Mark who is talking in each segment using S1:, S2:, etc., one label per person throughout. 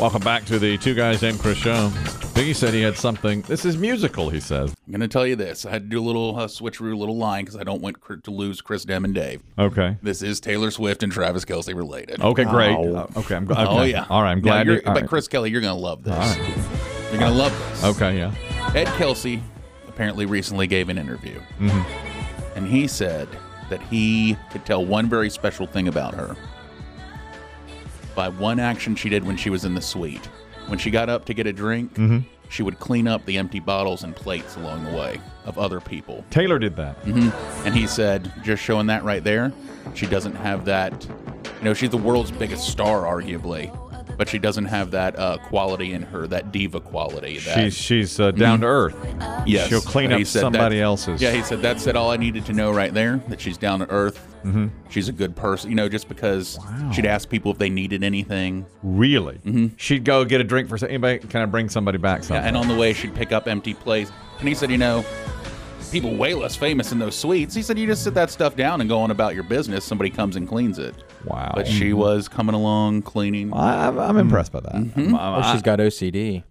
S1: Welcome back to the Two Guys Named Chris show. Biggie said he had something. This is musical, he says.
S2: I'm going to tell you this. I had to do a little uh, switcheroo, little line because I don't want Cr- to lose Chris, Dem, and Dave.
S1: Okay.
S2: This is Taylor Swift and Travis Kelsey related.
S1: Okay, great. Uh,
S3: Wow.
S1: Okay, I'm glad.
S2: Oh, yeah.
S1: All right, I'm
S2: Now,
S1: glad.
S2: you're-
S1: you- all
S2: but
S1: right.
S2: Chris Kelly, you're going to love this. You're going to love this.
S1: Okay, yeah.
S2: Ed Kelsey apparently recently gave an interview. And he said that he could tell one very special thing about her by one action she did when she was in the suite. When she got up to get a drink, she would clean up the empty bottles and plates along the way of other people.
S1: Taylor did that.
S2: Mm-hmm. And he said, just showing that right there, she doesn't have that. You know, she's the world's biggest star, arguably, but she doesn't have that uh, quality in her, that diva quality. That,
S1: She's she's uh, down to earth.
S2: Mm-hmm. Yes.
S1: She'll clean up
S2: said
S1: somebody
S2: that-
S1: else's.
S2: Yeah, he said that said all I needed to know right there. That she's down to earth. Mm-hmm. She's a good person. You know, just because she'd ask people if they needed anything,
S1: Really? She'd go get a drink for s- anybody. Can I bring somebody back something?
S2: Mm-hmm. yeah, and on the way she'd pick up empty plates. And he said, you know, people way less famous in those suites. He said, you just sit that stuff down and go on about your business. Somebody comes and cleans it.
S1: Wow. Mm-hmm.
S2: But she Mm-hmm. was coming along cleaning.
S1: I, I'm- I'm impressed by that.
S3: Oh, she's got OCD.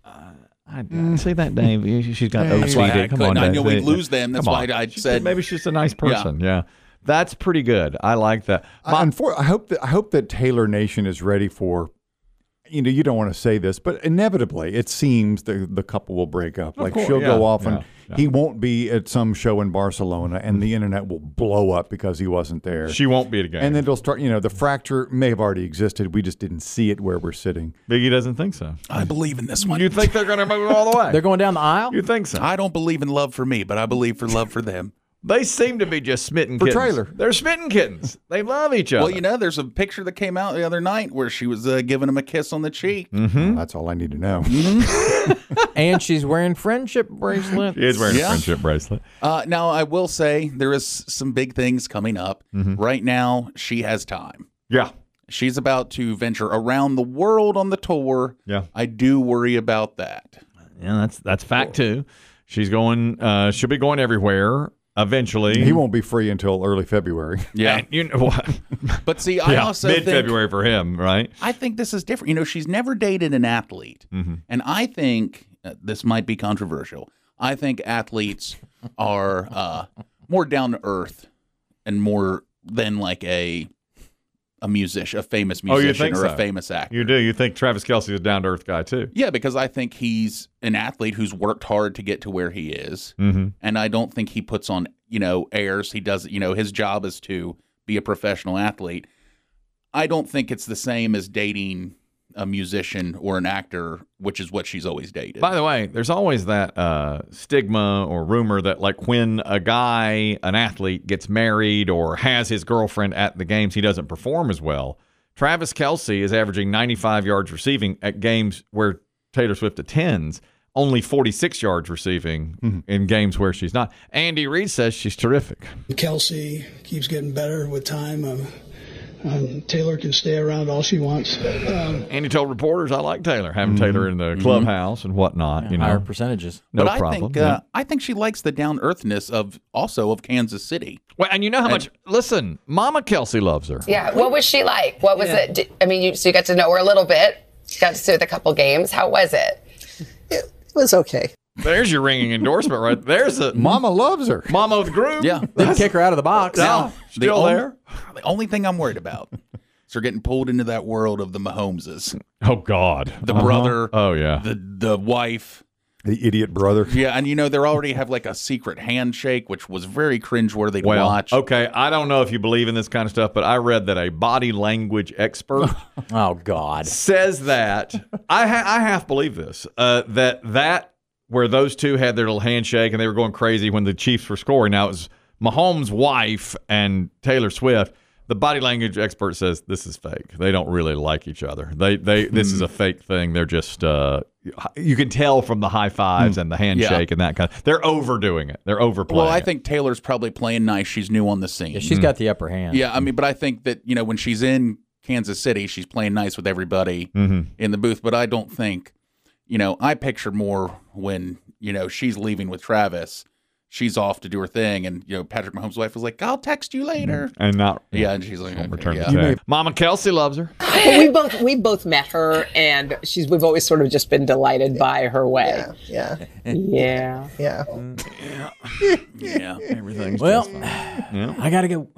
S1: I, say Mm, that, Dave. You- She's got
S2: That's why I
S1: Come on,
S2: couldn't. I
S1: Dave.
S2: knew we'd
S1: They-
S2: lose them. That's
S1: come
S2: why
S1: on.
S2: I
S1: She's-
S2: said-
S1: maybe she's a nice person. Yeah. that's pretty good. I like that.
S3: My-
S1: My-
S3: I'm-
S4: For, I hope that I hope that Taylor Nation is ready for. You know, you don't want to say this, but inevitably, it seems the the couple will break up. like
S1: course,
S4: she'll
S1: yeah,
S4: go off, and
S1: yeah, yeah.
S4: he won't be at some show in Barcelona, and the internet will blow up because he wasn't there.
S1: she won't be at a game.
S4: and then it'll start. You know, the fracture may have already existed. We just didn't see it where we're sitting.
S1: Biggie doesn't think so.
S2: I believe in this one.
S1: You think they're going to move all the way?
S3: They're going down the aisle.
S1: you think so?
S2: I don't believe in love for me, but I believe for love for them.
S1: They seem to be just smitten
S4: For
S1: kittens.
S4: Taylor.
S1: They're smitten kittens. They love each other.
S2: Well, you know, there's a picture that came out the other night where she was uh, giving him a kiss on the cheek.
S1: Mm-hmm.
S4: Uh, That's all I need to know.
S3: and she's wearing friendship bracelets.
S1: She is wearing a
S2: Yeah.
S1: friendship bracelet.
S2: Uh, now, I will say there is some big things coming up.
S1: Mm-hmm.
S2: Right now, she has time.
S1: Yeah.
S2: She's about to venture around the world on the tour.
S1: Yeah.
S2: I do worry about that.
S1: Yeah, that's that's fact too. She's going. Uh, she'll be going everywhere eventually.
S4: he won't be free until early February.
S2: Yeah.
S1: And you know what?
S2: But see, I also
S1: mid
S2: think
S1: February for him, right?
S2: I think this is different. You know, she's never dated an athlete.
S1: Mm-hmm.
S2: And I think uh, this might be controversial. I think athletes are uh, more down to earth and more than like a a musician, a famous
S1: Oh, you
S2: musician
S1: think
S2: or
S1: so?
S2: a famous actor.
S1: You do. You think Travis Kelsey is a down to earth guy too?
S2: yeah, because I think he's an athlete who's worked hard to get to where he is.
S1: Mm-hmm.
S2: And I don't think he puts on, you know, airs. He does, you know, his job is to be a professional athlete. I don't think it's the same as dating a musician or an actor, which is what she's always dated.
S1: By the way, there's always that uh, stigma or rumor that like when a guy, an athlete, gets married or has his girlfriend at the games, he doesn't perform as well. Travis Kelsey is averaging 95 yards receiving at games where Taylor Swift attends, only 46 yards receiving
S2: Mm-hmm.
S1: in games where she's not. Andy Reid says she's terrific.
S5: Kelsey keeps getting better with time. Um, um, Taylor can stay around all she wants. Um,
S1: Andy told reporters, "I like Taylor, having
S2: Mm-hmm.
S1: Taylor in the clubhouse and whatnot. you know,
S3: Higher percentages.
S1: no
S2: but
S1: problem."
S2: I think
S1: yeah.
S2: uh, I think she likes the down earthness of also of Kansas City.
S1: well, and you know how much? Listen, Mama Kelsey loves her.
S6: Yeah. What was she like? What was it? Did, I mean, you, so you got to know her a little bit. You got to see her with a couple games. How was it?
S7: It was okay.
S1: There's your ringing endorsement right there's a
S4: Mama loves her.
S1: mama with groove.
S2: Yeah.
S3: Didn't kick her out of the box.
S2: Now,
S1: still
S2: only,
S1: there?
S2: The only thing I'm worried about is her getting pulled into that world of the Mahomeses,
S1: Oh God.
S2: the brother,
S1: Oh yeah.
S2: the the wife.
S4: The idiot brother.
S2: Yeah, and you know they already have like a secret handshake, which was very cringeworthy to
S1: well,
S2: watch.
S1: okay. I don't know if you believe in this kind of stuff, but I read that a body language expert
S3: Oh God.
S1: says that I ha- I half believe this uh, that that where those two had their little handshake and they were going crazy when the Chiefs were scoring. Now it was Mahomes' wife and Taylor Swift. The body language expert says this is fake. They don't really like each other. They they this
S4: Hmm.
S1: is a fake thing. They're just uh, you can tell from the high
S4: Hmm.
S1: fives and the handshake and that kind. Of, they're overdoing it. They're overplaying.
S2: Well, I
S1: it.
S2: think Taylor's probably playing nice. She's new on the scene.
S3: Yeah,
S1: Hmm.
S3: she's got the upper hand.
S2: Yeah, I mean, but I think that you know when she's in Kansas City, she's playing nice with everybody
S1: Mm-hmm.
S2: in the booth. But I don't think, you know, I picture more when you know she's leaving with Travis she's off to do her thing, and you know Patrick Mahomes' wife was like, "I'll text you later."
S1: and not
S2: Yeah, and she's like,
S1: Mm-hmm. return
S2: "Okay,
S1: the
S2: yeah.
S1: text. Mama Kelsey loves her.
S8: But we both we both met her, and she's we've always sort of just been delighted by her way.
S7: Yeah, yeah,
S8: Yeah.
S7: yeah.
S2: yeah, everything's
S3: Well, I gotta go.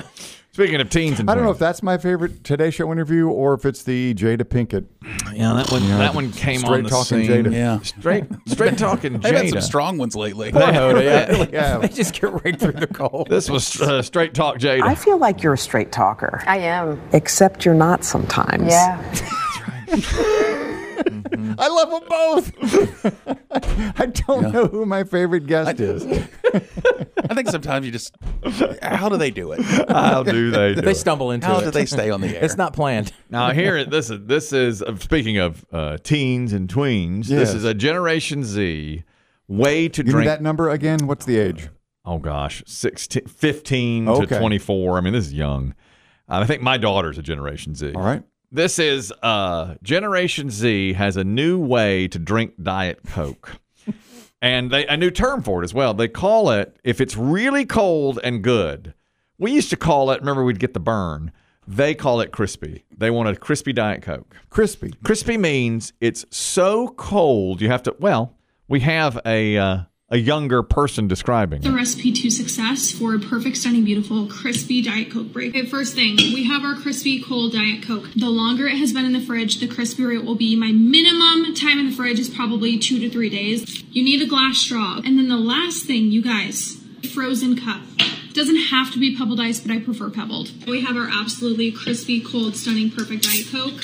S1: Speaking of teens and
S4: I don't know if
S1: things.
S4: that's my favorite Today Show interview or if it's the Jada Pinkett.
S1: yeah, that one that one came on
S4: straight
S1: the
S4: talking
S1: scene.
S4: Jada.
S2: yeah.
S1: Straight straight talking
S2: I've had some
S1: Jada.
S2: strong ones lately.
S4: Yeah.
S3: I just get right through the call.
S1: this was uh, straight talk Jada.
S9: I feel like you're a straight talker,
S6: I am.
S9: except you're not sometimes.
S6: Yeah.
S4: I love them both. I don't know who my favorite guest is.
S2: I think sometimes you just, how do they do it?
S1: How do they do
S3: They
S1: it?
S3: stumble into
S2: How
S3: it.
S2: do they stay on the air?
S3: It's not planned.
S1: Now here, this is this is uh, speaking of uh, teens and tweens. This
S4: Yes.
S1: is a Generation Z way to
S4: Give me
S1: drink.
S4: that number again. What's the age?
S1: oh gosh, 16, 15 to
S4: Okay.
S1: 24. I mean, this is young. Uh, I think my daughter's a Generation Z.
S4: All right.
S1: This is uh, Generation Z has a new way to drink Diet Coke. and they a new term for it as well. They call it, if it's really cold and good, we used to call it, remember, we'd get the burn. They call it crispy. They want a crispy Diet Coke.
S4: Crispy.
S1: Crispy means it's so cold you have to, well, we have a, uh, a younger person describing
S10: the
S1: it.
S10: recipe to success for a perfect, stunning, beautiful, crispy Diet Coke break. Okay, first thing, we have our crispy, cold Diet Coke. The longer it has been in the fridge, the crispier it will be. My minimum time in the fridge is probably two to three days. You need a glass straw. And then the last thing, you guys, frozen cup. Doesn't have to be pebbled ice, but I prefer pebbled. We have our absolutely crispy, cold, stunning, perfect Diet Coke.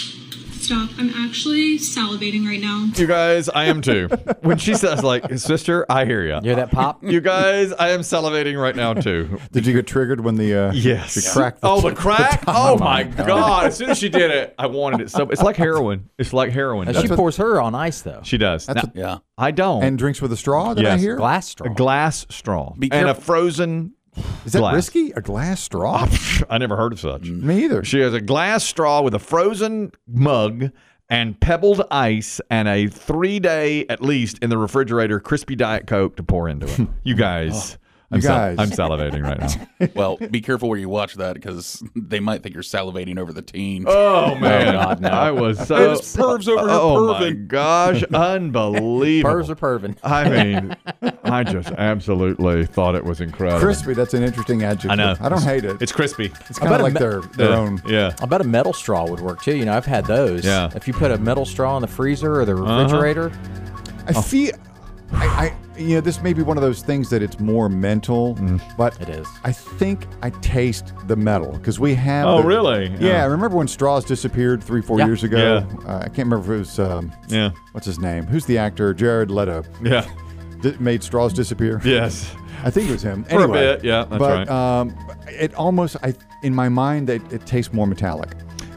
S10: Stop. I'm actually salivating right now.
S1: You guys, I am too. when she says, like, sister, I hear you.
S3: Hear that pop?
S1: You guys, I am salivating right now too.
S4: Did you get triggered when the uh,
S1: Yes.
S4: the crack?
S1: oh, the crack!
S4: the
S1: oh
S4: top?
S1: my god! As soon as she did it, I wanted it so. It's like heroin. It's like heroin.
S3: Now,
S1: That's
S3: she
S1: what-
S3: pours her on ice though.
S1: she does. Now,
S2: yeah.
S1: I don't.
S4: And drinks with a straw. Did I
S1: Yes,
S4: hear?
S3: Glass
S1: a
S3: straw.
S1: glass straw
S2: Be
S1: and a
S2: careful.
S1: frozen.
S4: is that
S1: glass.
S4: risky? A glass straw?
S1: I never heard of such.
S4: Me either.
S1: She has a glass straw with a frozen mug and pebbled ice and a three day at least in the refrigerator crispy diet coke to pour into it. You guys, I'm,
S4: You
S1: sal-
S4: guys.
S1: I'm salivating right now.
S2: Well, be careful where you watch that because they might think you're salivating over the teen.
S1: Oh man,
S3: God, no.
S1: I was so
S2: It's pervs over here
S1: Oh my
S2: perving.
S1: gosh, unbelievable!
S3: Purrs are pervin.
S1: I mean, I just absolutely thought it was incredible.
S4: Crispy. That's an interesting adjective.
S1: I know.
S4: I don't hate it.
S1: It's crispy.
S4: it's kind of
S3: bet
S4: like
S3: it-
S4: their their own.
S1: Yeah.
S3: I bet a metal straw would work too. You know, I've had those.
S1: Yeah. Uh-huh.
S3: If you put a metal straw in the freezer or the refrigerator, Oh.
S4: I feel. I, I you know this may be one of those things that it's more mental, but
S3: Mm. It is.
S4: I think I taste the metal because we have.
S1: Oh,
S4: the-
S1: really?
S4: Yeah.
S1: Yeah.
S4: I remember when straws disappeared three, four
S3: Yeah.
S4: years ago.
S1: Yeah.
S4: Uh, I can't remember if it was. Um,
S1: Yeah.
S4: What's his name? Who's the actor? Jared Leto
S1: Yeah.
S4: di- made straws disappear.
S1: Yes.
S4: I think it was him.
S1: a
S4: Anyway,
S1: bit, yeah, that's right.
S4: but, um, it almost, I in my mind, it, it tastes more metallic.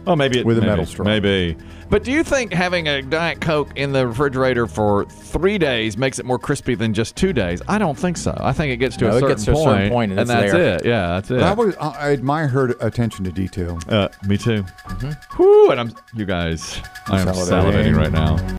S1: Oh, maybe it,
S4: With a
S1: maybe,
S4: metal straw.
S1: Maybe. But do you think having a diet coke in the refrigerator for three days makes it more crispy than just two days? I don't think so. I think it gets to,
S3: No,
S1: a,
S3: it
S1: certain
S3: gets to a certain point and it's
S1: that's
S3: there.
S1: it. Yeah, that's it.
S4: But I, always, I I admire her attention to detail.
S1: uh, me too. Whew, and I'm you guys. I am
S4: Salivating.
S1: salivating right now.